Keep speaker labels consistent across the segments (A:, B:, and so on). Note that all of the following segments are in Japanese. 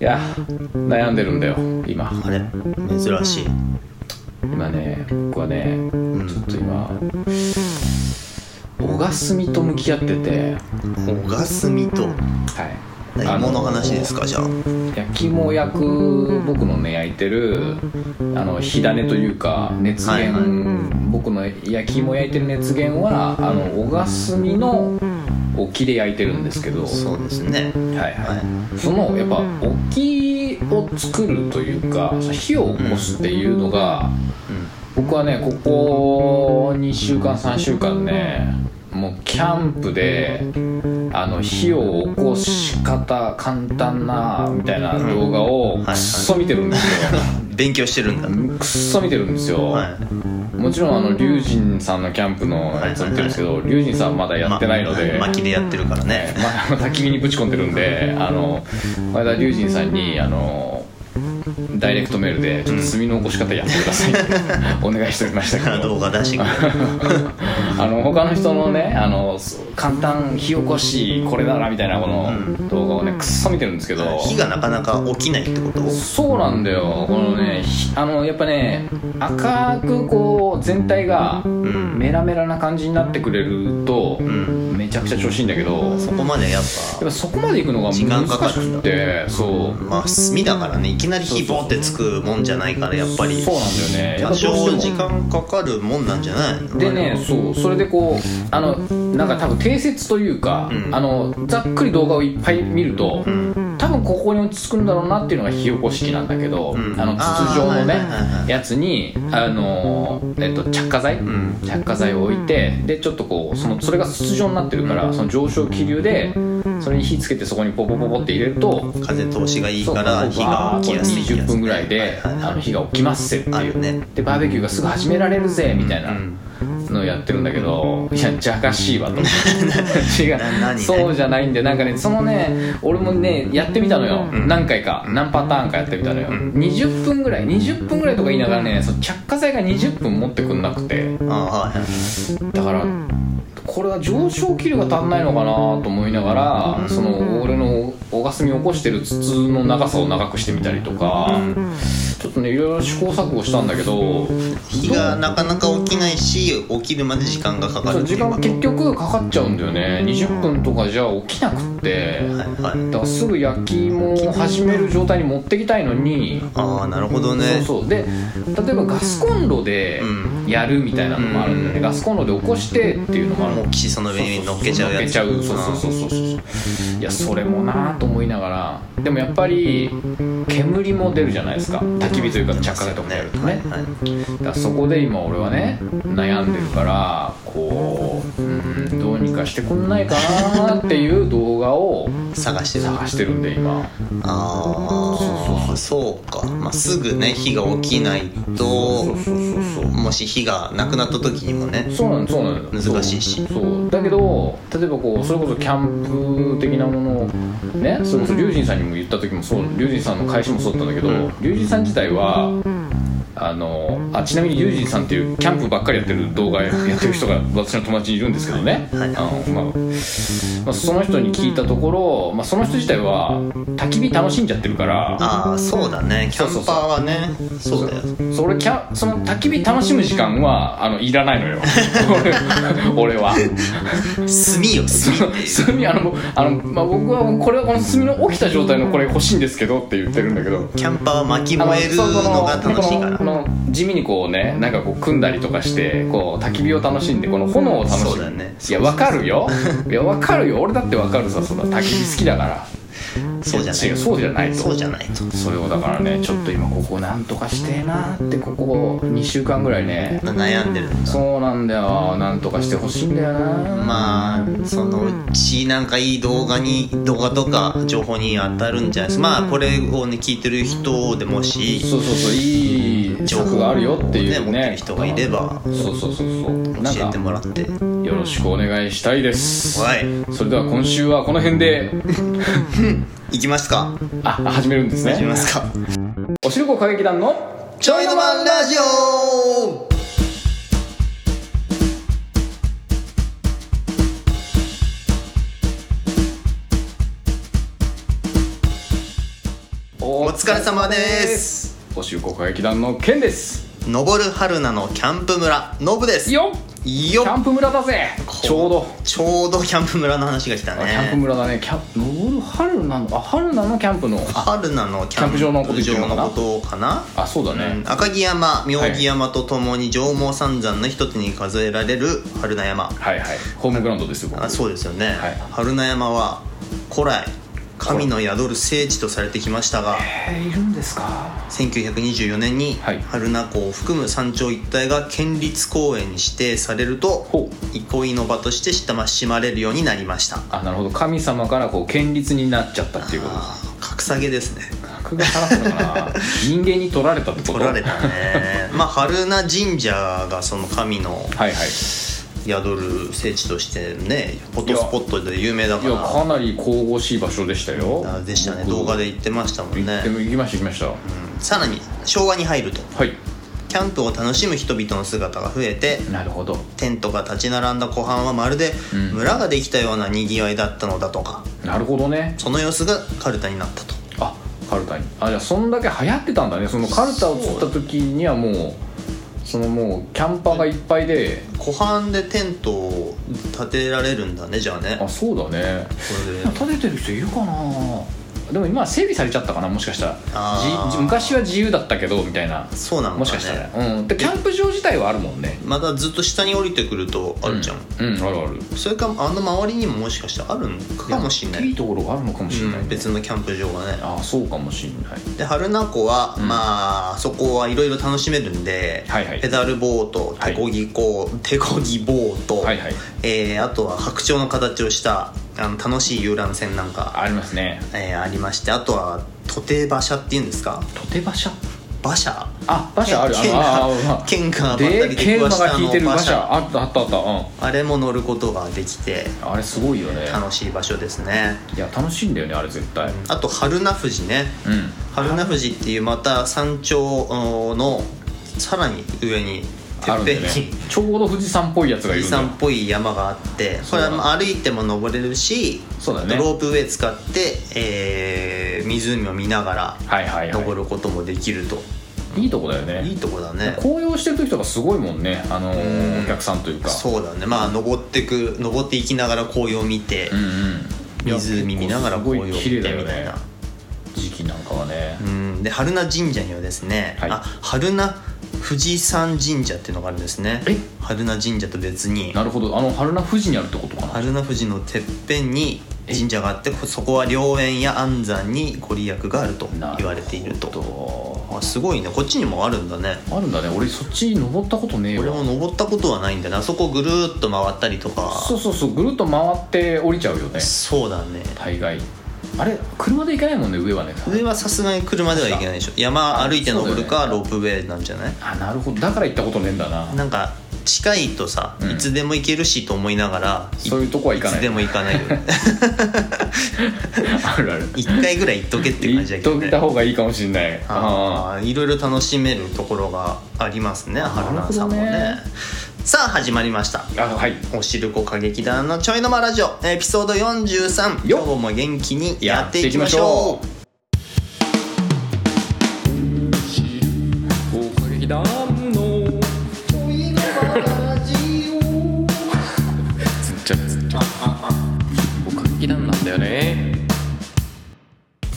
A: いや悩んでるんだよ今
B: あれ珍しい
A: 今ね僕はねちょっと今小賀澄と向き合ってて
B: 小がすみと
A: はいあ
B: 何の話ですかじゃあ
A: 焼き芋を焼く僕のね焼いてるあの火種というか熱源、
B: はい
A: 僕の焼き芋を焼いてる熱源はあの小賀炭の沖で焼いてるんですけど
B: そうですね
A: はいはい、
B: は
A: そのやっぱ沖を作るというか火を起こすっていうのが、僕はねここ2週間3週間ねもうキャンプであの火を起こし方簡単なみたいな動画を
B: ん
A: くっそ見てるんですよ、
B: 勉強してるんだ
A: くっそ見てるんですよ、
B: はい
A: もちろんあの龍神さんのキャンプのやつを見てるんですけど龍神さんまだやってないので、
B: ま巻きでやってるからね
A: まあ、あの焚き火にぶち込んでるんであの前田龍神さんにあのダイレクトメールで「ちょっと炭の起こし方やってください」 お願いしておりましたけど
B: 動画出してくれ る
A: あの他の人のねあのそう簡単火起こしこれならみたいなこの動画をねくっそ見てるんですけど
B: 火がなかなか起きないってこと
A: そうなんだよこのねひあのやっぱね赤くこう全体が
B: ん
A: メラメラな感じになってくれると、
B: ん
A: めちゃくちゃ調子いいんだけど
B: そこまでやっ
A: やっぱそこまで行くのが
B: 時間かか
A: 難
B: る
A: し
B: んだ
A: くてそ
B: ぱまあ炭だからねいきなり火ボーってつくもんじゃないからやっぱ
A: う
B: り
A: そうなんだよねやっ
B: 多
A: ぱどうして
B: 少
A: も
B: 時間かかるもんなんじゃないの
A: でねそうそれでこうあのなんか多分定説というか、
B: うん
A: あのざっくり動画をいっぱい見ると、多分ここに落ち着くんだろうなっていうのが火起こし器なんだけど、
B: ん
A: あの筒状のね
B: あーはいはいはいはい
A: やつにあの、えっと、着火剤、
B: ん
A: 着火剤を置いてでちょっとこうそのそれが筒状になってるからその上昇気流でそれに火つけてそこにポポポポって入れると
B: 風通しがいいから火が起きやすいってや
A: 20
B: つね
A: 分ぐらいで
B: はは
A: あの火が起きますって
B: あ
A: い
B: る
A: う、
B: ね
A: でバーベキューがすぐ始められるぜみたいな
B: うん
A: のをやってるんだけどいやじゃかしいわと思って 違う
B: な何
A: そうじゃないんでなんかねそのね俺もねやってみたのよ、
B: ん
A: 何回か何パターンかやってみたのよ、20分ぐらい20分ぐらいとか言いながらねその着火剤が20分持ってくんなくて
B: あはいはい
A: だからこれは上昇気流が足んないのかなと思いながら、その俺のおがすみ起こしてる筒の長さを長くしてみたりとか、ちょっとねいろいろ試行錯誤したんだけど
B: 火がなかなか起きないし起きるまで時間がかか
A: そ
B: る
A: う
B: ってい
A: 時
B: う
A: 間
B: わ
A: が
B: け
A: 結局かかっちゃうんだよね20分とかじゃ起きなくって
B: はいはい
A: だからすぐ焼き芋を始める状態に持ってきたいのに
B: ああなるほどね
A: そうそうで例えばガスコンロで
B: う
A: やるみたいなのもあるんだよね、ガスコンロで起こしてっていうのもある
B: もう岸その上に乗っけちゃうやつ
A: そうそうそうそうそういやそれもなぁと思いながらでもやっぱり煙も出るじゃないですか焚き火というか着火剤とかやるとね、
B: はいはい
A: だからそこで今俺はね悩んでるからこう、うん、どうにかしてくんないかなっていう動画を
B: 探してた
A: 探してるんで今
B: ああそうか、まあ、すぐね火が起きないともし火がなくなった時にもね
A: そうなんそうなん
B: 難しいし
A: そうそうだけど例えばこうそれこそキャンプ的なものをねそれこそ龍神さんにも言った時もそう龍神さんの会社もそうだったんだけど
B: うん
A: 龍神さん自体はあのあちなみに龍神さんっていうキャンプばっかりやってる動画やってる人が私の友達にいるんですけどね、
B: は
A: あの
B: い
A: まあまあ、その人に聞いたところ、まあ、その人自体は焚き火楽しんじゃってるから
B: ああそうだねキャンパーはねそうだよ
A: それキャその焚き火楽しむ時間はあのいらないの よ俺俺は
B: 炭よ炭っていう
A: 炭あのあの、まあ、僕はこれはこの炭の起きた状態のこれ欲しいんですけどって言ってるんだけど
B: キャンパーは巻き
A: あの
B: 燃えるのが楽しいから
A: このこの地味にこうねなんかこう組んだりとかしてこう焚き火を楽しんでこの炎を楽しむ
B: そうだよね
A: いやわかるよいやわかるよ俺だってわかるさそんな焚き火好きだから
B: そうじゃない
A: や違うそうじゃないと
B: そうじゃないと
A: それをだからねちょっと今ここなんとかしてえなってここ2週間ぐらいね
B: 悩んでるんだ
A: そうなんだよなんとかしてほしいんだよな
B: まあそのうちなんかいい動画に動画とか情報に当たるんじゃないですかまあこれをね聞いてる人でもし
A: そうそうそういい情報があるよっていう
B: ね持って
A: ね
B: る人がいれば
A: そうそうそうそうなん
B: 教えて
A: か
B: もらって
A: よろしくお願いしたいです
B: はい
A: それでは今週はこの辺で
B: 行きますか
A: あ始めるんです
B: 行きま
A: ね
B: すか
A: おしるこ歌劇団の
B: ちょいのマンラジオ
A: お
B: お疲れ様です
A: おしゅう国劇団のケンです
B: 登る春菜のキャンプ村ノブです
A: よっ
B: よ
A: キャンプ村だぜちょうど
B: ちょうどキャンプ村の話が来た
A: あキャンプ
B: ね
A: 村だねキャン登る春なのあ春なのキャンプのあ
B: 春菜のキャンプ
A: キャンプ場のこと言ってるのかな
B: 場のことかな
A: あそうだね、
B: 赤城山妙義山とともに上毛三山の一つに数えられる春名山、
A: はいはいホームグラウンドですよ僕
B: あそうですよね、
A: はい
B: 春名山は古来神の宿る聖地とされてきましたが
A: えーいるんですか
B: 1924年に
A: はい
B: 春名湖を含む山頂一帯が県立公園に指定されると
A: ほう
B: 憩いの場として親しまれるようになりました
A: あなるほど神様からこう権律になっちゃったっていうことです
B: あー格下げですね
A: 格が下がったのかな人間に取られたってこと
B: 取られたねまあ春名神社がその神の
A: はいはい
B: 宿る聖地としてねフォトスポットで有名だ
A: い
B: か
A: や
B: ら
A: かなり神々しい場所でしたよ
B: あでしたね
A: 僕
B: 動画で言ってましたもんね
A: 行っても行きました行きました、
B: さらに昭和に入ると
A: はい
B: キャンプを楽しむ人々の姿が増えて
A: なるほど
B: テントが立ち並んだ湖畔はまるで
A: うん
B: 村ができたようなにぎわいだったのだとか
A: なるほどね
B: その様子がカルタになったと
A: あカルタにあじゃあそんだけ流行ってたんだねそのカルタを釣った時にはもうそのもうキャンパーがいっぱいで
B: 湖畔でテントを建てられるんだねじゃあね
A: あそうだね
B: これで
A: 立ててる人いるかなでも今は整備されちゃったかなもしかした
B: あ
A: ら
B: ー
A: じ昔は自由だったけどみたいな
B: そうなの
A: もし
B: か
A: かしたら、
B: ね
A: ね、うんでキャンプ場自体はあるもんね
B: またずっと下に降りてくるとあるじゃん、
A: うん、うんあるある
B: それかあの周りにももしかしたらあるのかもしれない
A: いいところがあるのかもしれない、
B: うん、別のキャンプ場がね
A: ああそうかもしれない
B: で春名湖は、まあそこはいろいろ楽しめるんで、
A: はいはい
B: ペダルボート
A: はい
B: 手こぎこう、手こぎボート、
A: はいはい
B: えーあとは白鳥の形をしたあの楽しい遊覧船なんか、
A: ありますね
B: えーありましてあとは徒弟馬車っていうんですか
A: とて馬車
B: 馬車
A: あ馬車あるあ
B: 剣
A: あ
B: が
A: あ
B: 剣がばった
A: で
B: り
A: け
B: 出
A: ん
B: くわ
A: 馬
B: した
A: が
B: あ
A: 引い
B: の
A: てる馬
B: 馬
A: 車
B: 車
A: あったあったあったうん
B: あれも乗ることができて
A: あれすごいよね
B: 楽しい場所ですね
A: いや楽しいんだよねあれ絶対
B: あと春名富士ね、
A: うん
B: 春名富士っていうまた山頂のさらに上にて
A: あ
B: っ
A: るん
B: ぺ
A: で
B: ん
A: ね
B: に
A: ちょうど富士山っぽいやつがいる
B: 富士
A: んだよ
B: 山っぽい山があってこれはまあ歩いても登れるし
A: そうだね
B: ロープウェイ使って、えー湖を見なが
A: はいはい
B: ら
A: は
B: 登ることもできると、
A: いいいとこだよ
B: い、い
A: ね
B: とこだね
A: 紅葉してる時とかすごいもんねあの
B: う
A: ー
B: ん
A: お客さんというか
B: そうだねまあ登ってく登っていきながら紅葉を見て、
A: うんうんいや
B: 湖見ながら
A: すご
B: 紅葉
A: い
B: を見
A: 綺
B: てみ
A: 麗
B: た
A: だ
B: い
A: よ
B: な、
A: ね時期なんかはね
B: うんで春名神社にはですね、
A: はい
B: あ春名富士山神社っていうのがあるんですね
A: え
B: 春名神社と別に
A: なるほどあの春名富士にあるってことかな
B: 春名富士のてっぺんに神社があってこ そこは霊園や安山にご利益があると言われている
A: な
B: と
A: ほ
B: あすごいねこっちにもあるんだね
A: どあるんだね俺そっち登ったことねえわ
B: 俺も登ったことはないんだねあそこぐるーっと回ったりとか
A: そうそうそうぐるっと回って降りちゃうよね
B: そうだね
A: 大概あれ車で行かないもんね上はね
B: 上はさすがに車ではいけないでしょ山歩いて登るかロープウェイなんじゃない
A: あなるほどだから行ったことねえんだな
B: なんか近いとさ、
A: うん
B: いつでも行けるしと思いながら
A: そういうとこは行かない
B: つでも行かないよね
A: あるある
B: 一回ぐらい行っとけって感じだ
A: 行
B: け
A: っ
B: ど
A: とい
B: ね
A: た方がいいかもしんないあ
B: あーいろいろ楽しめるところがありますね春菜さんもね
A: なるほ
B: さあ始まりました
A: ーあはい
B: おしるこ歌劇団のちょいのまラジオエピソード43
A: よ
B: 今日も元気にや
A: や
B: っ
A: ってて
B: い
A: い
B: き
A: き
B: ま
A: ま
B: し
A: し
B: ょ
A: ょ
B: う
A: なんだよね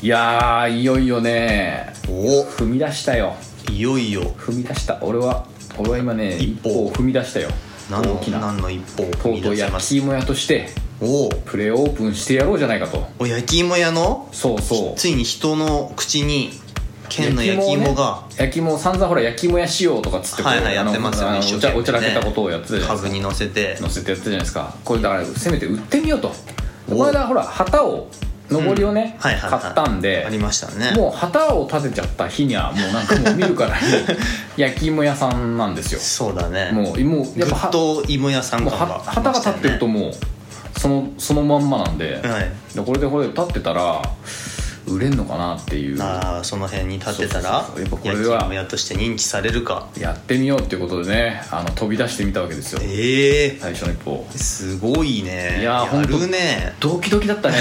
A: いやーいよいよね
B: お
A: 踏み出したよ
B: いよいよ
A: 踏み出した俺は俺は今ね
B: 一
A: 一
B: 歩
A: 歩踏み出したよ
B: 何の
A: 大きな
B: 何の一歩を
A: と
B: 踏み
A: うと
B: 出
A: う
B: せま
A: 焼
B: す
A: き芋屋として
B: おー
A: プレオープンしてやろうじゃないかと
B: お焼き芋屋の
A: そうそう
B: ついに人の口に県の焼き芋が
A: 焼き芋を散々ほら焼き芋屋しようとかっつってこう
B: はいはいやってますよね
A: あの
B: 一生
A: お茶
B: 懸命ね
A: おちゃらけたことをやってたじゃないで
B: 家
A: す
B: 具
A: か
B: に乗せて
A: 乗せてやってたじゃないですかこれだからせめて売ってみようと
B: お
A: この間ほら旗を上りをね、
B: はいはいはい
A: 買ったんで
B: ありましたね
A: もう旗を立てちゃった日にはもうなんかもう見るからに焼き芋屋さんなん ですよ
B: そうだね
A: もうもう
B: ず
A: や
B: っ
A: っぱは
B: と芋屋さん
A: もう
B: 感が
A: は旗が立ってるともうそのそのまんまなんで、
B: はい
A: でこれでこれ立ってたら売れんのかなっていう
B: ああその辺に立ってたら
A: そうそうそうやっぱこれは
B: 焼き芋屋として認知されるか
A: やってみようっていうことでねあの飛び出してみたわけですよ
B: ええ
A: 最初の一歩
B: すごいね
A: いやー
B: やるね
A: ドキドキだ ったね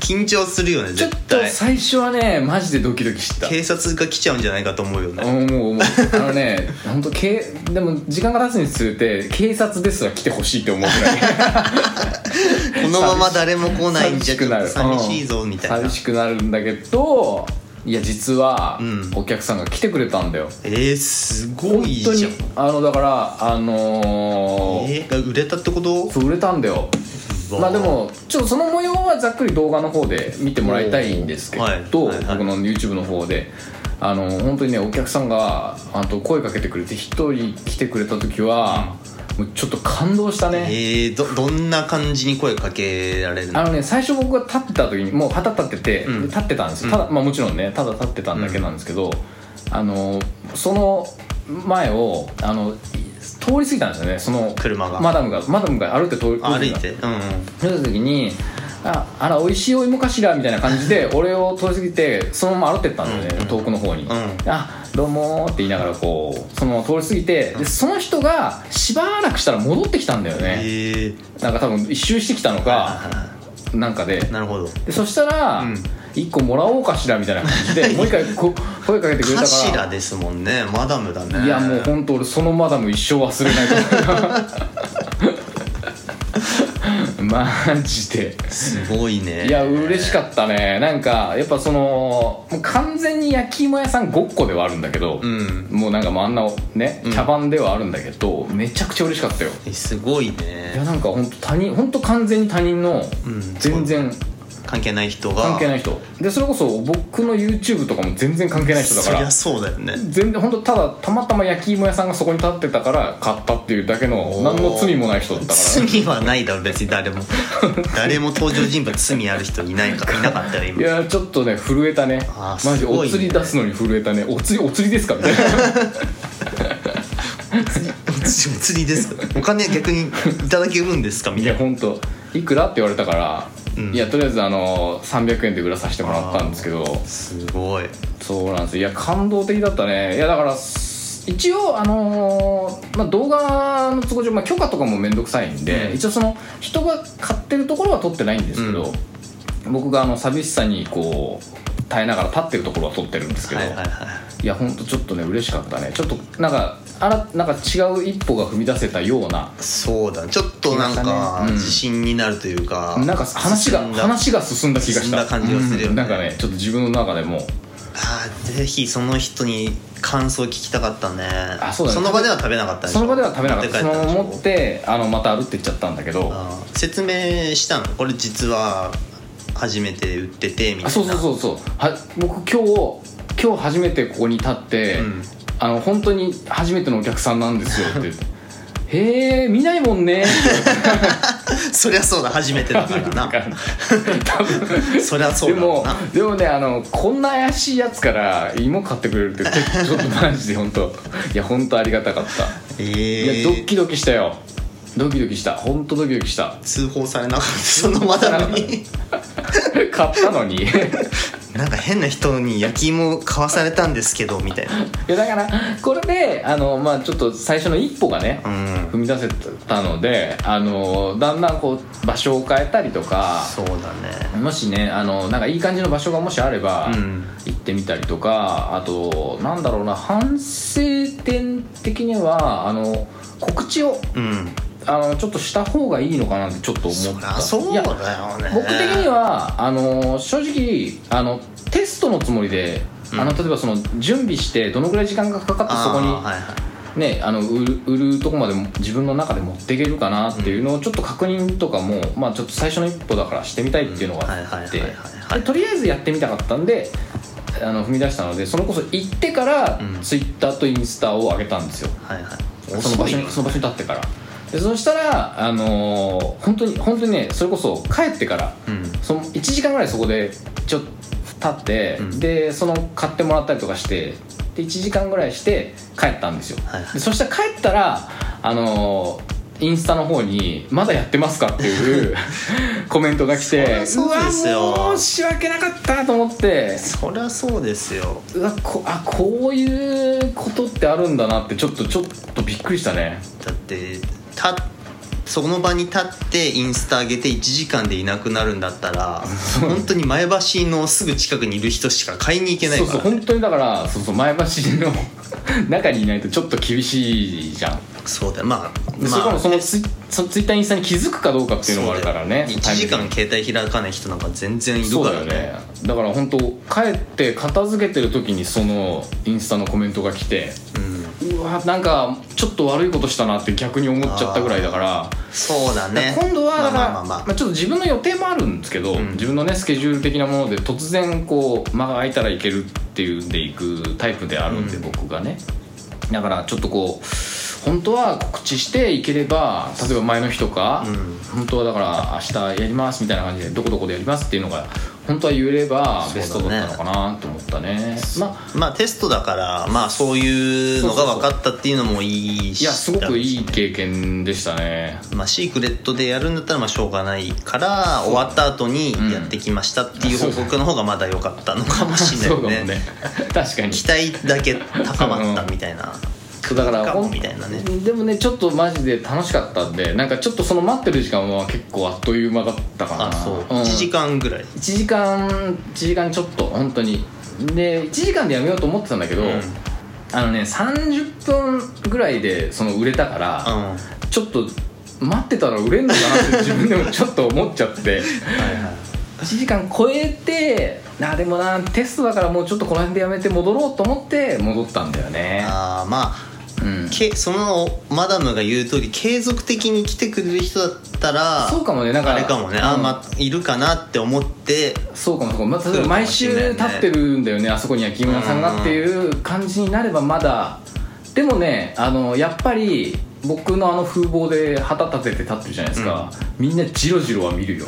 B: 緊張するよね
A: ちょっ
B: 絶
A: と
B: 対
A: 最初はねマジでドキドキした
B: 警察が来ちゃうんじゃないかと思うよね
A: うんもうもうあのね本当けでも時間が経つにつれて警察ですら来てほしいって思うくらい
B: このまま誰も来ないんじゃちょっと寂しいぞ
A: うん
B: みたいな
A: 寂しくなるんだけどいや実は
B: うん
A: お客さんが来てくれたんだよ、
B: えー、す
A: 本
B: ごい
A: 当
B: じ
A: に
B: ゃん
A: あのだからあのー
B: えー、売れたってこと
A: そう売れたんだよ
B: うわ
A: まあでもちょっとその模様はざっくり動画の方で見てもらいたいんですけど、
B: はいはいはい
A: 僕の YouTube の方であの本当にねお客さんがあと声かけてくれて一人来てくれた時は、もうちょっと感動したね、
B: えー、どどんな感じに声かけられるの
A: あのね最初僕が立ってた時にもう旗立ってて、
B: うん
A: で立ってたんですよただ、まあ、もちろんねただ立ってたんだけなんですけど、あのその前をあの通り過ぎたんですよねその
B: 車が
A: マダムがマダムが歩いて通り
B: 歩
A: 通り
B: い
A: 過ぎた
B: てうんうん
A: その時に「ああら美味しいお芋かしら」みたいな感じで俺を通り過ぎてそのまま歩ってったんだよね、
B: うん
A: 遠くの方に「
B: ん
A: あどうも」って言いながらこうそのまま通り過ぎてでその人がしばらくしたら戻ってきたんだよね、
B: えー、
A: なんか多分一周してきたのかなんかで
B: なるほど
A: でそしたら、
B: ん
A: 一1個もらおうかしらみたいな感じ でもう一回こ声かけてくれたから
B: 頭ですもんねマダムだね
A: いやもう本当俺そのマダム一生忘れないと思う マジです
B: ごいね
A: いや嬉しかったねなんかやっぱそのもう完全に焼き芋屋さんごっこではあるんだけど、
B: うん
A: もうなんかもうあんなね
B: ん
A: 茶番ではあるんだけど、めちゃくちゃ嬉しかったよ
B: えすごい
A: いや
B: ね
A: なんか本当他人本当完全に他人の
B: ん
A: 全然
B: 関係ない人が
A: 関係
B: い
A: ない人でそれこそ僕の YouTube とかも全然関係ない人だか
B: そり
A: ら
B: ゃそうだよね
A: 全然本当ただたまたま焼き芋屋さんがそこに立ってたから買ったっていうだけの何の罪もない人だったから
B: 罪はないだろ別に 誰も誰も登場人物罪ある人いないかいなかったよ
A: い
B: 今
A: やちょっとね震えたね
B: あー
A: マジ
B: すご
A: お
B: いね
A: 釣り出すのに震えたねお釣りお釣りですかみたいな
B: お釣お釣りですかお金逆にいただけるんですかみ
A: い
B: た
A: や
B: いな
A: 本当いくらって言われたから、
B: うん
A: いやとりあえずあの300円で売らさせてもらったんですけど
B: すごい
A: そうなんですいや感動的だったねいやだからす一応あのーまあ、動画の都合上、まあ、許可とかも面倒くさいんで、
B: うん
A: 一応その人が買ってるところは撮ってないんですけど、僕があの寂しさにこう耐えながら立ってるところは撮ってるんですけど、
B: はい
A: い
B: はいはい
A: やほんとちょっとね嬉しかったねちょっとなんかあらなんか違う一歩が踏み出せたような
B: そうだちょっとなん
A: 気がした
B: か
A: ねうん
B: 自信になるというか、
A: なんか話が
B: 進んだ
A: 話が進んだ気がした
B: 進んだ感じがするよね
A: うんなんかねちょっと自分の中でも
B: あーぜひその人に感想聞きたかったね
A: あそうだね
B: の場では食べなかったんしょ
A: その場では食べなかったその
B: 持て
A: ま
B: 帰んでしょ
A: ま持ってあのまた歩ってっちゃったんだけど
B: あー説明したのこれ実は初めて売っててみたいな
A: あそうそうそうそうは僕今日今日初めてここに立って、
B: うん
A: あの本当に初めてのお客さんなんですよって言 ってへえ見ないもん ね
B: そりゃそうだ初めてだからな
A: って多分
B: そりゃそう
A: で
B: だろう
A: も
B: な
A: でもねあのこんな怪しいやつから芋買ってくれるってちょっとマジで本当いや本当ありがたかった
B: え
A: いや
B: ー
A: ドキドキしたよドキドキした本当ドキドキした
B: 通報されなかったそのまだのに
A: 買ったのに い
B: なんか変な人に焼き芋買わされたんですけどみたいな
A: やだからこれであの、まあ、ちょっと最初の一歩がね、
B: うん
A: 踏み出せたのであのだんだんこう場所を変えたりとか
B: そうだね
A: もしねあのなんかいい感じの場所がもしあれば、
B: うん
A: 行ってみたりとかあとなんだろうな反省点的にはあの告知を
B: うん
A: あのちょっとした方がいいのかなってちょっと思
B: そ
A: っ
B: り
A: た
B: ゃそうだ
A: いや
B: よね
A: 僕的にはあの正直あのテストのつもりで、
B: うん
A: あの例えばその準備してどのぐらい時間がかかってそこに、
B: あーはいはい
A: ね、あの売る売るとこまでも自分の中で持っていけるかなっていうのをちょっと確認とかも、まあ、ちょっと最初の一歩だからしてみたいっていうのがあって
B: うんはいはいはいはい
A: でとりあえずやってみたかったんであの踏み出したのでそれこそ行ってから
B: うん
A: ツイッターとインスタを上げたんですよ、
B: はいはい
A: その場所にその場所に立ってからでそしたら、あのー本当に本当にねそれこそ帰ってから
B: うん
A: その1時間ぐらいそこでちょっと立って、
B: うん
A: でその買ってもらったりとかしてで1時間ぐらいして帰ったんですよ、
B: はいはい
A: でそしたら帰ったらあのーインスタの方に「まだやってますか?」っていう コメントが来て
B: そりゃそうですよ
A: うわもう申し訳なかったと思って
B: そりゃそうですよ
A: うわこあこういうことってあるんだなってちょっとちょっとびっくりしたね
B: だってたその場に立ってインスタ上げて1時間でいなくなるんだったら本当に前橋のすぐ近くにいる人しか買いに行けない
A: そう
B: か
A: そう
B: らね
A: 本当にだからそうそう前橋の 中にいないとちょっと厳しいじゃん
B: そうだよまあ
A: で
B: ま
A: しかも
B: あ
A: そのツイそのツイッターインスタに気づくかどうかっていうのもあるからね
B: 1時間携帯開かない人なんか全然いる
A: そう
B: か
A: だ
B: ら
A: よ
B: ね
A: ねだから本当帰って片付けてる時にそのインスタのコメントが来て
B: うん
A: うわなんかちょっと悪いことしたなって逆に思っちゃったぐらいだから
B: そうだね
A: 今度はだから、
B: ま
A: ま
B: あ
A: あ
B: まあまあまあ
A: ちょっと自分の予定もあるんですけど、
B: ん
A: 自分のねスケジュール的なもので突然こう間が空いたらいけるっていうんで行くタイプであるんで、
B: うん
A: 僕がねだからちょっとこう本当は告知していければ例えば前の日とか、
B: うん
A: 本当はだから明日やりますみたいな感じでどこどこでやりますっていうのが本当は言えれば
B: そうだね
A: ベストだったのかなと思ったねまあ
B: まあテストだからまあそういうのが分かったっていうのもいいし
A: いやすごくいい経験でしたね
B: まあ、シークレットでやるんだったらまあしょうがないから終わった後にやってきましたっていう報告の方がまだ良かったのかもしれ
A: そうか
B: な
A: も
B: い
A: ね
B: よね
A: 確かに
B: 期待だけ高まったみたいな
A: そうだから
B: かも
A: ほん
B: みたいなね
A: でもねちょっとマジで楽しかったんでなんかちょっとその待ってる時間は結構あっという間だったかな
B: あそう
A: うん、
B: 1時間ぐらい
A: 1時間1時間ちょっと本当にで1時間でやめようと思ってたんだけど、
B: うん
A: あのね30分ぐらいでその売れたから、
B: うん
A: ちょっと待ってたら売れんのかなって自分でもちょっと思っちゃって1時間超えてあでもなテストだからもうちょっとこの辺でやめて戻ろうと思って戻ったんだよね
B: あーまあ
A: うん
B: けそのマダムが言う通り継続的に来てくれる人だったら
A: そうかもねなんか
B: あれかもねあー
A: うん
B: まあいるかなって思って
A: そうかもそうかも、まあ、
B: る
A: 例えば
B: かも
A: 毎
B: し
A: 週
B: れないね
A: 立ってるんだよねあそこに焼き芋屋さんがっていう感じになればまだでもねあのやっぱり僕のあの風貌で旗立てて立ってるじゃないですか、みんなジロジロは見 るよ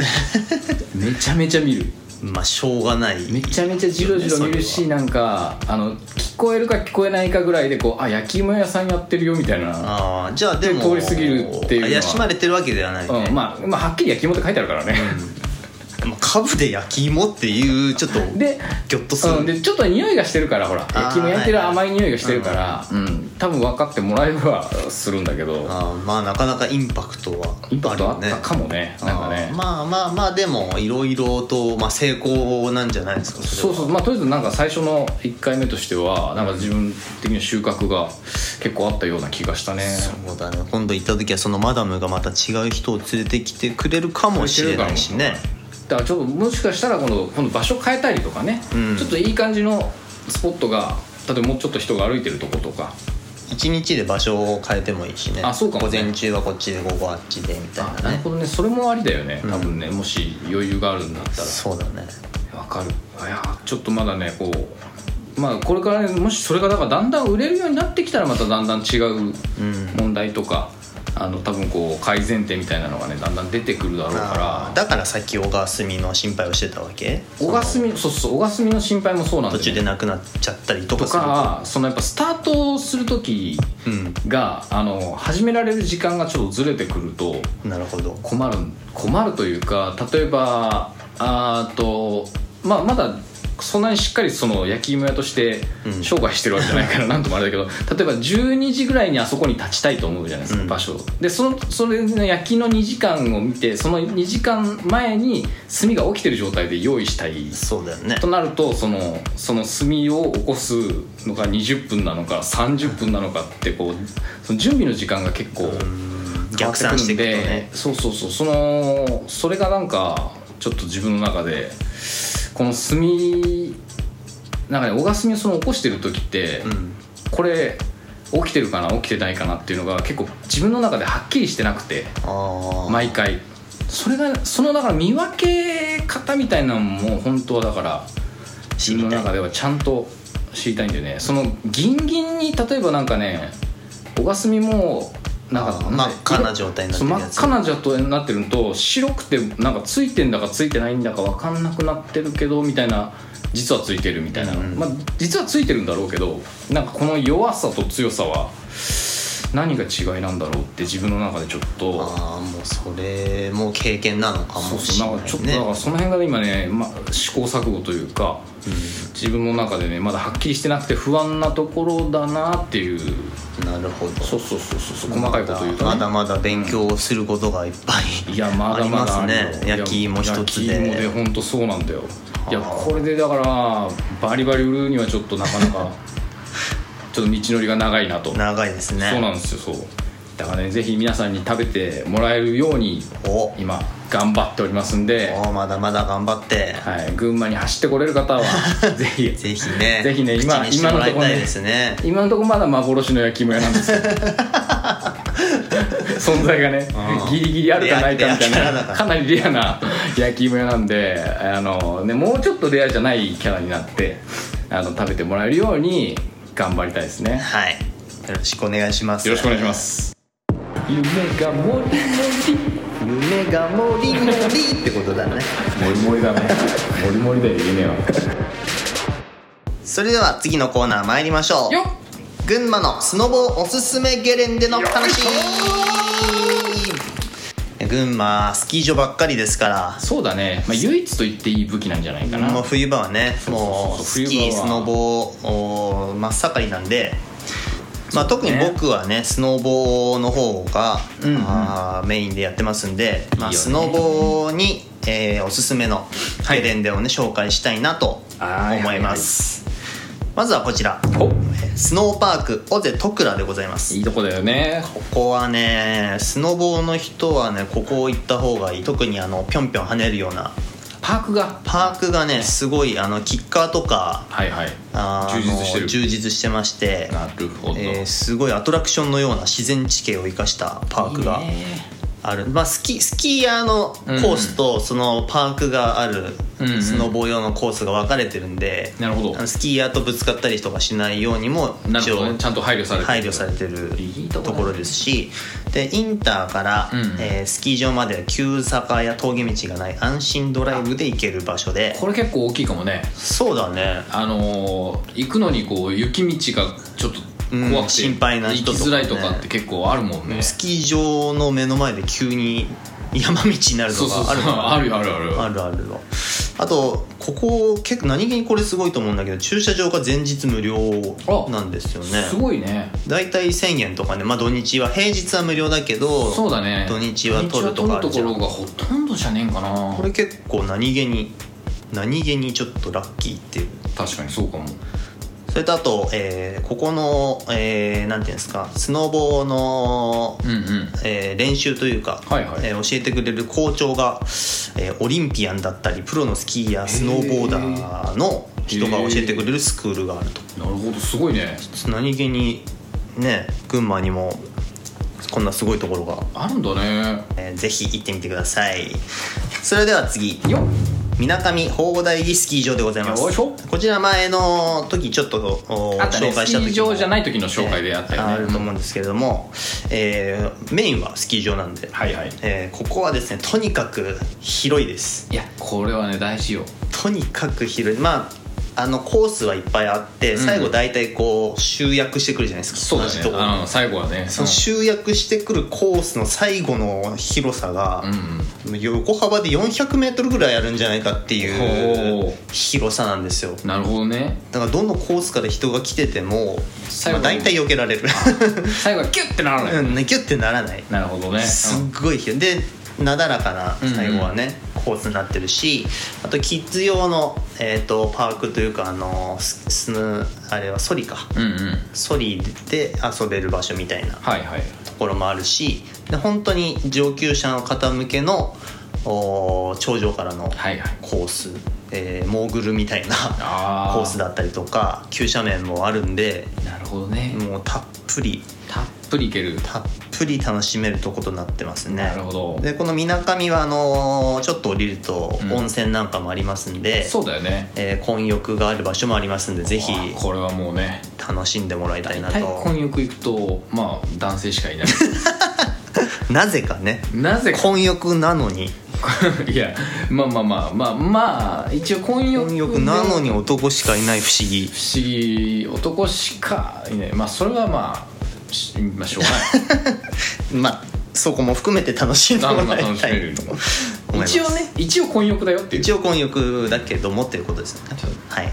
A: めちゃめちゃ見る
B: まあしょうがない
A: めちゃめちゃジロジロ見る
B: それ
A: しなんかあの聞こえるか聞こえないかぐらいでこうあ焼き芋屋さんやってるよみたいな、
B: ああじゃあでも
A: で通り過ぎるっていうのは
B: 怪しまれてるわけではないね、
A: うん
B: ま
A: まあ、まあはっきり焼き芋って書いてあるからね、
B: あ、株で焼き芋っていうちょっと
A: で
B: ギョッとする、
A: うん、でちょっと匂いがしてるからほら
B: ー
A: 焼き芋焼いてる
B: はいは
A: 甘い匂いがしてるから、うん、多分分かってもらえばするんだけど
B: あーまあなかなかインパクトは
A: インパクトあ
B: る
A: ったかもねなんか
B: あ
A: ね
B: ーまあまあまあでもいろいろと、まあ、成功なんじゃないですか
A: そうそううまあとりあえずなんか最初の1回目としてはなんか自分的に収穫が結構あったような気がしたね
B: そうだね今度行った時はそのマダムがまた違う人を連れてきてくれるかもしれないしね
A: だからちょっともしかしたら今度今度場所変えたりとかね、
B: うん
A: ちょっといい感じのスポットが例えばもうちょっと人が歩いてるとことか
B: 一日で場所を変えてもいいしね
A: あそうかもね
B: 午前中はこっちで午後はあっちでみたい
A: な
B: な
A: る
B: ね
A: ほどねそれもありだよね多分ね、もし余裕があるんだったら
B: そうだね
A: わかるいやちょっとまだねこうまあこれからねもしそれがだからだんだん売れるようになってきたらまただんだん違う
B: うん
A: 問題とか、あの多分こう改善点みたいなのがねだんだん出てくるだろう
B: あ
A: か
B: ー
A: ら
B: だからさっき小川澄の心配をしてたわけ
A: 小
B: その
A: がすみそうそう小がすみの心配もそうなんだ
B: 途中
A: よ、
B: で
A: ね、
B: 亡くなっちゃったりと
A: と
B: かする
A: かそのやっぱスタートする時
B: う
A: があの始められる時間がちょっとずれてくると
B: んなるほど
A: 困る困るというか例えばあーと、まあ、まだそんなにしっかりその焼き芋屋として
B: うん
A: 商売してるわけじゃない から何ともあれだけど例えば12時ぐらいにあそこに立ちたいと思うじゃないですか、
B: うん
A: 場所でそのそれの焼きの2時間を見てその2時間前に炭が起きてる状態で用意したい
B: そうだよね
A: となるとそのその炭を起こすのが20分なのか30分なのかってこうその準備の時間が結構。
B: 逆算していくとね
A: そうそうそうそのそれがなんかちょっと自分の中でこの墨なんかね小川墨をその起こしてる時って、
B: うん
A: これ起きてるかな起きてないかなっていうのが結構自分の中ではっきりしてなくて
B: ああ
A: 毎回それがそのだから見分け方みたいなのも本当はだから自分の中ではちゃんと知りたいんだよねそのギンギンに例えでばなんかね小川墨もなんかなんだ
B: 真っ赤な状態になっ
A: そ
B: て
A: う
B: る
A: 真
B: や
A: っ
B: つ
A: 赤なジャットになってるのと白くてなんかついてんだかついてないんだか分かんなくなってるけどみたいな実はついてるみたいな、
B: うん
A: まあ、実はついてるんだろうけどなんかこの弱さと強さは何が違いなんだろうって自分の中でちょっと
B: ああもうそれも経験なのか
A: そう
B: も
A: そう
B: しれ
A: なん
B: な
A: かちょっ
B: い
A: とだから
B: ね
A: その辺が今ね、まあ、試行錯誤というか、自分の中でねまだはっきりしてなくて不安なところだなっていう
B: なるほど
A: そうそうそうそう細かいこと言うと、ね、
B: まだまだ勉強をすることがいっぱい
A: いやまだまだ
B: ありますね
A: あるよ
B: 焼き芋一つで
A: 焼き芋で本当そうなんだよいや
B: はあ
A: これでだからバリバリ売るにはちょっとなかなか ちょっと道のりが長いなと
B: 長いですね
A: そうなんですよそうだからねぜひ皆さんに食べてもらえるように
B: お
A: 今頑張っておりますんで、
B: おまだまだ頑張って
A: はい、群馬に走ってこれる 方はぜひ
B: ぜひね
A: ぜひね今
B: 口にしてもらい
A: 今のところ
B: た
A: ね
B: いですね
A: 今のところまだ幻の焼き芋屋なんです よ存在がね
B: うん
A: ギリギリあるかないかみたい
B: レアレアキャラだ
A: な
B: から
A: かなりレアな焼き芋屋なんであの、ね、もうちょっとレアじゃないキャラになってあの食べてもらえるように頑張りたいですね
B: はいよろしくお願いします
A: よろしくお願いします
C: 夢がもりもり
B: 夢がもりもりってことだね
A: モリモリだねモリモリだよ夢は
B: それでは次のコーナー参りましょう
A: よ
B: 群馬のスノボおすすめゲレンデの話群馬スキー場ばっかりですから
A: そうだね、まあ、唯一と言っていい武器なんじゃないかな
B: もう冬場はね
A: うそうそう
B: もうスキ
A: 冬
B: ー
A: 場は
B: スノボお真っ盛りなんで、まあ、特に僕はねスノボの方が、
A: んうん
B: あーメインでやってますんで、まあ
A: いいよね
B: スノボに、えーおすすめのゲレンデをね、紹介したいなと
A: はい
B: 思います、まずはこちら
A: お
B: スノーパーク尾瀬戸倉でございます
A: いいとこだよね
B: ここはねスノボの人はねここ行った方がいい特にあのぴょんぴょん跳ねるような
A: パークが
B: パークがねすごいあのキッカーとか
A: はいはい
B: あー
A: 充実して
B: あの
A: る
B: 充実してまして、
A: なるほど、
B: えーすごいアトラクションのような自然地形を生かしたパークが
A: いいね
B: あるまあ、スキスキーヤーのコースとそのパークがある
A: うんうん
B: スノボ用のコースが分かれてるんで、
A: なるほど
B: あのスキーヤーとぶつかったりとかしないようにも
A: な
B: 一
A: るほど
B: 応
A: ねちゃんと配慮されてる
B: 配慮されてる
A: いいとこ
B: と
A: だね
B: ころですしでインターから、
A: うん
B: えースキー場まで急坂や峠道がない安心ドライブで行ける場所で
A: これ結構大きいかもね
B: そうだね
A: あのー行くのにこう雪道がちょっと
B: うん
A: 怖くて
B: 心配な人
A: 行
B: と
A: き
B: かね
A: づらいとかって結構あるもんね
B: スキー場の目の前で急に山道になる
A: そ
B: と
A: うそう
B: か
A: そ
B: あ
A: う
B: る
A: あるよあるよあるよ
B: あるあるよあとここ結構何気にこれすごいと思うんだけど駐車場が前日無料なんですよね
A: すごいね
B: 大体1000円とかねまあ土日は平日は無料だけど
A: そうだね
B: 土日は取るとかあ
A: 土
B: る
A: 日
B: じゃ
A: は取
B: ん
A: るところがほとんどじゃねえんかな
B: これ結構何気に何気にちょっとラッキーっていう
A: 確かにそうかも
B: それとあと、えーここの、えーなんていうんですかスノボーの
A: うんうん
B: えー練習というか、
A: はいはい
B: えー教えてくれる校長が、えーオリンピアンだったりプロのスキーやスノーボーダーの人が教えてくれるスクールがあると
A: なるほどすごいね
B: 何気にね群馬にもこんなすごいところが、
A: あるんだね
B: えーぜひ行ってみてくださいそれでは次
A: よっ
B: みなかみ鳳凰台スキー場でございます
A: よいしょ
B: こちら前の時ちょっとお
A: あったね
B: 紹介した時も
A: スキー場じゃない時の紹介であったよね
B: えーあると思うんですけれども、えーメインはスキー場なんで、
A: はいはい
B: えーここはですねとにかく広いです
A: いやこれはね大事よ
B: とにかく広いまああのコースはいっぱいあって最後大体こう集約してくるじゃないですか、
A: そうだ
B: 同じ
A: ね
B: とこ
A: あの最後はね
B: その集約してくるコースの最後の広さが
A: うん、うん
B: 横幅で4 0 0ルぐらいあるんじゃないかってい
A: ほ
B: う広さなんですよ
A: なるほどね
B: だからどのコースから人が来てても、
A: 最
B: ま
A: 後
B: あ、
A: に
B: 大体避けられる
A: 最後はキュッてならない、
B: うんね ギュッてならない
A: なるほどね
B: すっごい広いでなだらかな最後はね、コースになってるしあとキッズ用の、えー、とパークというかあのススヌあれはソリか
A: うんうん
B: ソリで遊べる場所みたいな
A: はいはい
B: ところもあるしで本当に上級者の方向けのおー頂上からの
A: はいはい
B: コース、えーモーグルみたいな
A: あー
B: コースだったりとか急斜面もあるんで
A: なるほどね
B: もうたっぷり
A: たっぷりいける
B: たっぷり楽しめるとことなってますね
A: なるほど
B: でこのみなかみはあのーちょっと降りると
A: うん
B: 温泉なんかもありますんで、
A: そうだよね
B: えー混浴がある場所もありますんでぜひ
A: わあこれはもうね
B: 楽しんでもらいたいな
A: 大体
B: と
A: 混浴行くとまあ男性しかいない
B: なぜかね
A: なぜ
B: 混浴なのに
A: いやまあまあまあまあまあ一応混浴
B: 混浴なの
A: で
B: に男しかいない不思議
A: 不思議男しかいないまあそれはまあしまあしょう
B: まあそこも含めて楽しんで
A: が
B: も
A: ない
B: ら
A: なんか楽した
B: い
A: め
B: い
A: る
B: と
A: と
B: 思い
A: 思う
B: ます
A: 一応ね一応混浴だよっていう
B: 一応混浴だけどもっていうことですねはい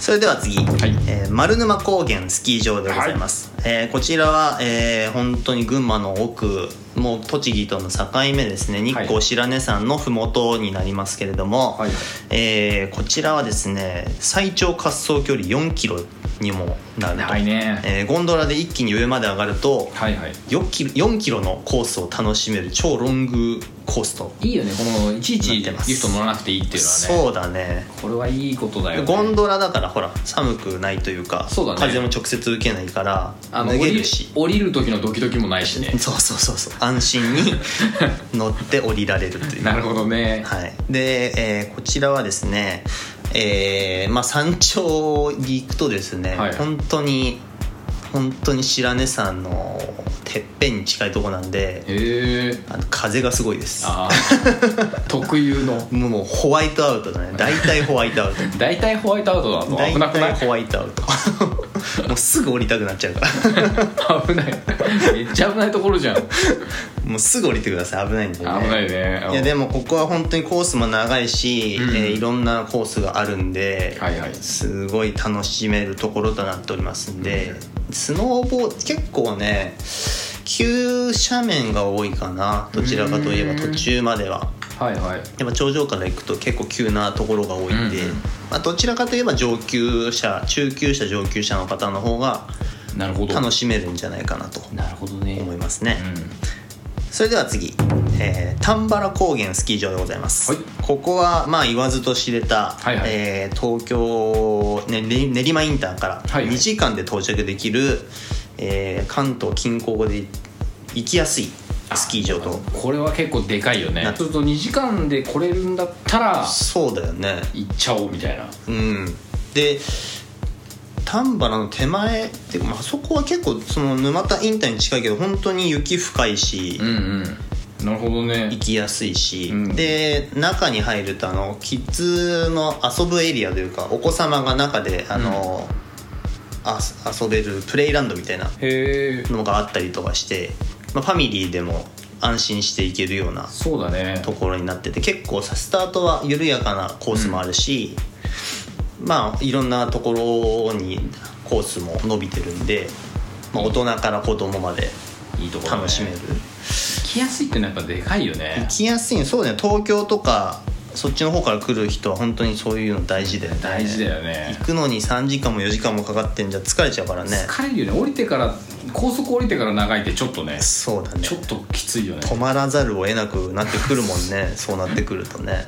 B: それでは次、
A: い
B: えー丸沼高原スキー場でございます、えーこちらは、えー本当に群馬の奥もう栃木との境目ですね日光白根山の麓になりますけれども、
A: はい
B: えーこちらはですね最長滑走距離4キロにもなると、
A: ないね
B: えーゴンドラで一気に上まで上がると
A: はいはい
B: 4キロ4キロのコースを楽しめる超ロングコースと
A: いいよねこのいちいちリフト乗らなくていいっていうのはね
B: そうだね
A: これはいいことだよ、ね、
B: ゴンドラだからほら寒くないというか
A: そうだね
B: 風も直接受けないから
A: あの降
B: 脱げ
A: り
B: る
A: る
B: し
A: 降りる時のドキドキもないし ね
B: そうそうそうそう安 心に乗って降りられるという
A: なるほどね
B: はい、で、えーこちらはですね、えーまあ、山頂に行くとですね、
A: はい
B: 本当に本当に白根山のてっぺんに近いとこなんで
A: へえ
B: あの風がすごいです
A: あ ー特有の
B: もうホワイトアウトだね大体ホワイト アウト
A: 大体ホワイトアウトだと
B: 大
A: 危なくな
B: 体
A: い
B: ホワイトアウト もうすぐ降りたくなっちゃうから
A: 危ないめっちゃ危ないところじゃん
B: もうすぐ降りてください危ないんで、
A: 危
B: ね、
A: ないね
B: いやでもここは本当にコースも長いし、
A: うん
B: えーいろんなコースがあるんで、
A: はいはい
B: すごい楽しめるところとなっておりますんで、スノーボー結構ね急斜面が多いかなどちらかといえば
A: うん
B: 途中までは
A: はいはい
B: やっぱ頂上から行くと結構急なところが多いんで、
A: うんうん
B: まあ、どちらかといえば上級者中級者上級者の方の方が
A: なるほど
B: 楽しめるんじゃないかなと
A: なるほどね
B: 思いますね。
A: うん
B: それでは次、えー丹原高原スキー場でございます、
A: はい
B: ここはまあ言わずと知れた、
A: いはい
B: えー東京、ね、練練馬インターから
A: はいはい
B: 2時間で到着できる、えー関東近郊で行きやすいスキー場と
A: これは結構でかいよね
B: な
A: ちょっと2時間で来れるんだったら
B: そうだよね
A: 行っちゃおうみたいな
B: うんで丹原の手前っていうか、まあそこは結構その沼田インターに近いけど本当に雪深いし、
A: うんうんなるほどね
B: 行きやすいし、
A: うん
B: で中に入るとあのキッズの遊ぶエリアというかお子様が中であの、あ遊べるプレイランドみたいな
A: へえ
B: のがあったりとかして、まあ、ファミリーでも安心して行けるような
A: そうだね
B: ところになってて結構さスタートは緩やかなコースもあるし、まあいろんなところにコースも伸びてるんで、まあ、大人から子供まで
A: いいところ、ね、
B: 楽しめる。
A: 行きやすいってのはやっぱでかいよね
B: 行きやすいそうだよね東京とかそっちの方から来る人は本当にそういうの大事だよね
A: 大事だよね
B: 行くのに3時間も4時間もかかってんじゃ疲れちゃうからね
A: 疲れるよね降りてから高速降りてから長いってちょっとね
B: そうだね
A: ちょっときついよね
B: 止まらざるを得なくなってくるもんねそうなってくるとね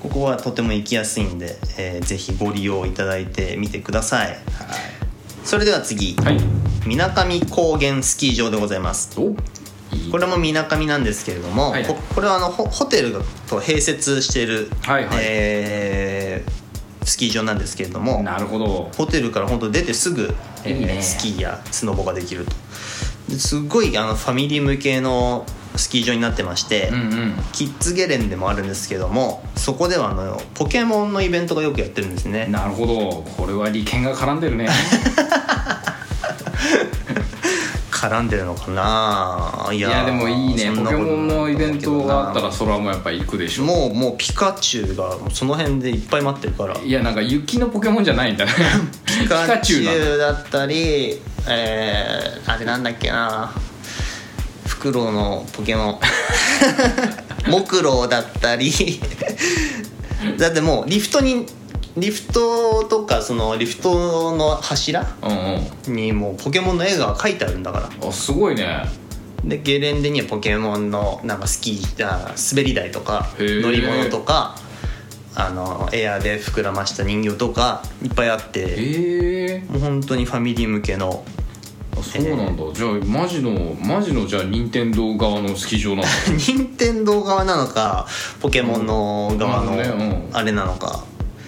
B: ここはとても行きやすいんで、えーぜひご利用いただいてみてくださいそれでは次
A: はい
B: みなかみ高原スキー場でございます
A: おいい
B: これもみなかみなんですけれども、
A: はい
B: ここれはあのホホテルと併設している、
A: はいはい
B: えースキー場なんですけれども
A: なるほど
B: ホテルから本当出てすぐ、えー
A: いいね
B: スキーやスノボができるとですごいあのファミリー向けのスキー場になってまして、
A: うんうん
B: キッズゲレンデもあるんですけどもそこではあのポケモンのイベントがよくやってるんですね
A: なるほどこれは利権が絡んでるね
B: 絡んでるのかない
A: いやでもいいね
B: そん
A: ポ
B: なこ
A: ケ
B: と
A: モンのイベントがあった
B: ないけどな
A: らそれはもうやっぱ行くでしょ
B: もうもうピカチュウがその辺でいっぱい待ってるから
A: いやなんか雪のポケモンじゃないんだね
B: ピ
A: ピ
B: カ
A: カ
B: チ
A: チュウなんだ
B: ュウだったりえー、あれなんだっけなフクロウのポケモン モクロウだったり だってもうリフトにリフトとかそのリフトの柱
A: うん
B: にもうポケモンの絵が描いてあるんだから
A: うんあすごいね
B: でゲレンデにはポケモンのなんかスキーあ滑り台とか
A: へー
B: 乗り物とかあのエアで膨らました人形とかいっぱいあって
A: ええ
B: もう本当にファミリー向けの
A: あそうなんだじゃあマジのマジのじゃあ任天堂側のスキー場なんだ
B: 任天堂側なのかポケモンの側
A: うんなるほどね
B: の
A: うん
B: あれなのか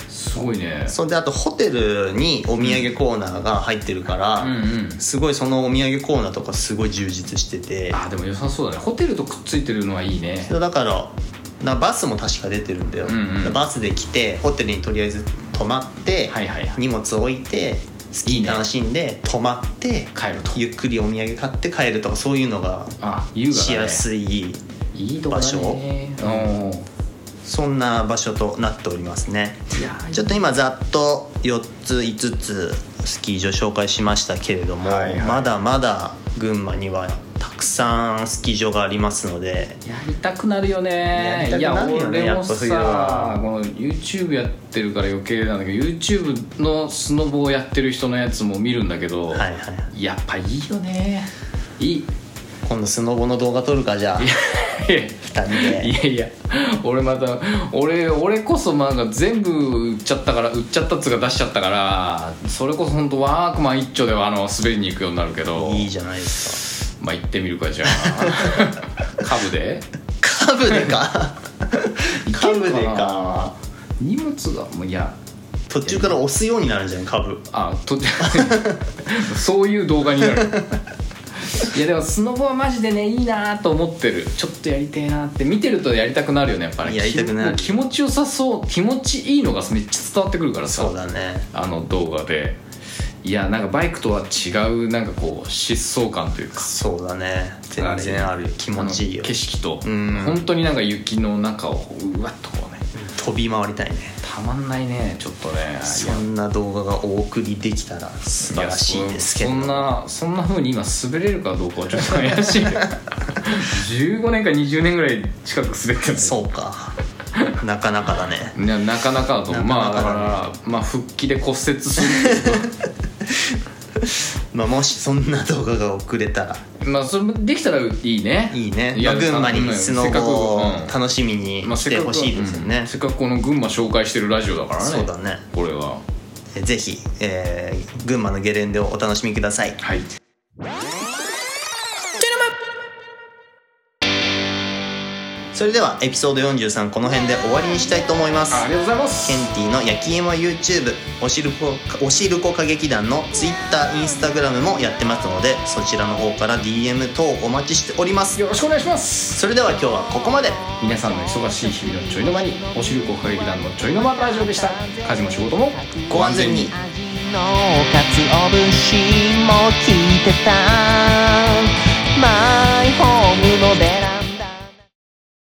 A: すごいね
B: それであとホテルにお土産コーナーが入ってるか
A: うん
B: ら
A: うん
B: すごいそのお土産コーナーとかすごい充実してて
A: あでも良さそうだねホテルとくっついてるのはいいね
B: だからなバスも確か出てるんだよ
A: うんうん
B: バスで来てホテルにとりあえず泊まって
A: はいはいはい
B: 荷物置いてスキー楽しんで泊まって
A: 帰ると
B: ゆっくりお土産買って帰るとかそういうのが
A: あ優雅だね
B: しやすい
A: いいとこだねうん
B: そんな場所となっておりますね
A: いやー
B: ちょっと今ざっと4つ5つスキー場紹介しましたけれども、
A: はいはい
B: まだまだ群馬にはたくさんスキー場がありますので
A: やりたくなるよね
B: やりたくなるよね
A: いや俺も
B: やっぱ冬は
A: さこの YouTube やってるから余計なんだけど YouTube のスノボをやってる人のやつも見るんだけど、
B: はいはい
A: やっぱいいよねい い
B: 今度スノボの動画撮るかじゃあ2人で
A: いやいや俺また俺俺こそなんか全部売っちゃったから売っちゃったっつうか出しちゃったからそれこそ本当ワークマン一丁ではあの滑りに行くようになるけど
B: いいじゃないです
A: まあ行ってみるかじゃ あ株で
B: かカブでかカブでか
A: 荷物がもういや
B: 途中から押すようになるんじゃないカブ
A: あと そういう動画になるいやでもスノボはマジでねいいなと思ってるちょっとやりてえなって見てるとやりたくなるよねやっぱり
B: やりたくなる
A: 気持ちよさそう気持ちいいのがめっちゃ伝わってくるからさ
B: そうだね
A: あの動画でいやなんかバイクとは違うなんかこう疾走感というか
B: そうだね全然あるよ気持ちいい
A: あ
B: よ
A: の景色と
B: うん
A: 本当になんか雪の中をうわっとこうね
B: 飛び回りたいね
A: たまんないねちょっとね
B: そんな動画がお送りできたら素晴らしいですけど
A: やそそんなそんなふうに今滑れるかどうかはちょっと怪しいけ ど15年か20年ぐらい近く滑ってる
B: そうかなかなかだね
A: いやなかなかだと思う
B: な
A: ま
B: か
A: あ
B: な
A: だ
B: かだね
A: から、まあ、復帰で骨折する っていうこ
B: まあもしそんな動画が送れたら
A: とまあそれもできたらいいね
B: いいね
A: や
B: まあ群馬
A: う
B: に
A: ん
B: スノ
A: せっかく
B: ボを
A: うん
B: 楽しみに
A: まあ、
B: し
A: せ
B: て
A: っか
B: ほ
A: く
B: しいですよね
A: うんせっかくこの群馬紹介してるラジオだからね
B: そうだね
A: これは
B: えぜひ、えー群馬のゲレンデをお楽しみください
A: はい
B: それではエピソード43この辺で終わりにしたいと思います
A: ありがとうございます
B: ケンティの焼き芋 YouTube おしるこおしるこ歌劇団の Twitter、Instagram もやってますのでそちらの方から DM 等お待ちしております
A: よろしくお願いします
B: それでは今日はここまで
A: 皆さんの忙しい日々のちょいの間におしるこ歌劇団のちょいの間ラジオでした家事も仕事も
B: ご安全に
D: 味のかつお節も聞いてた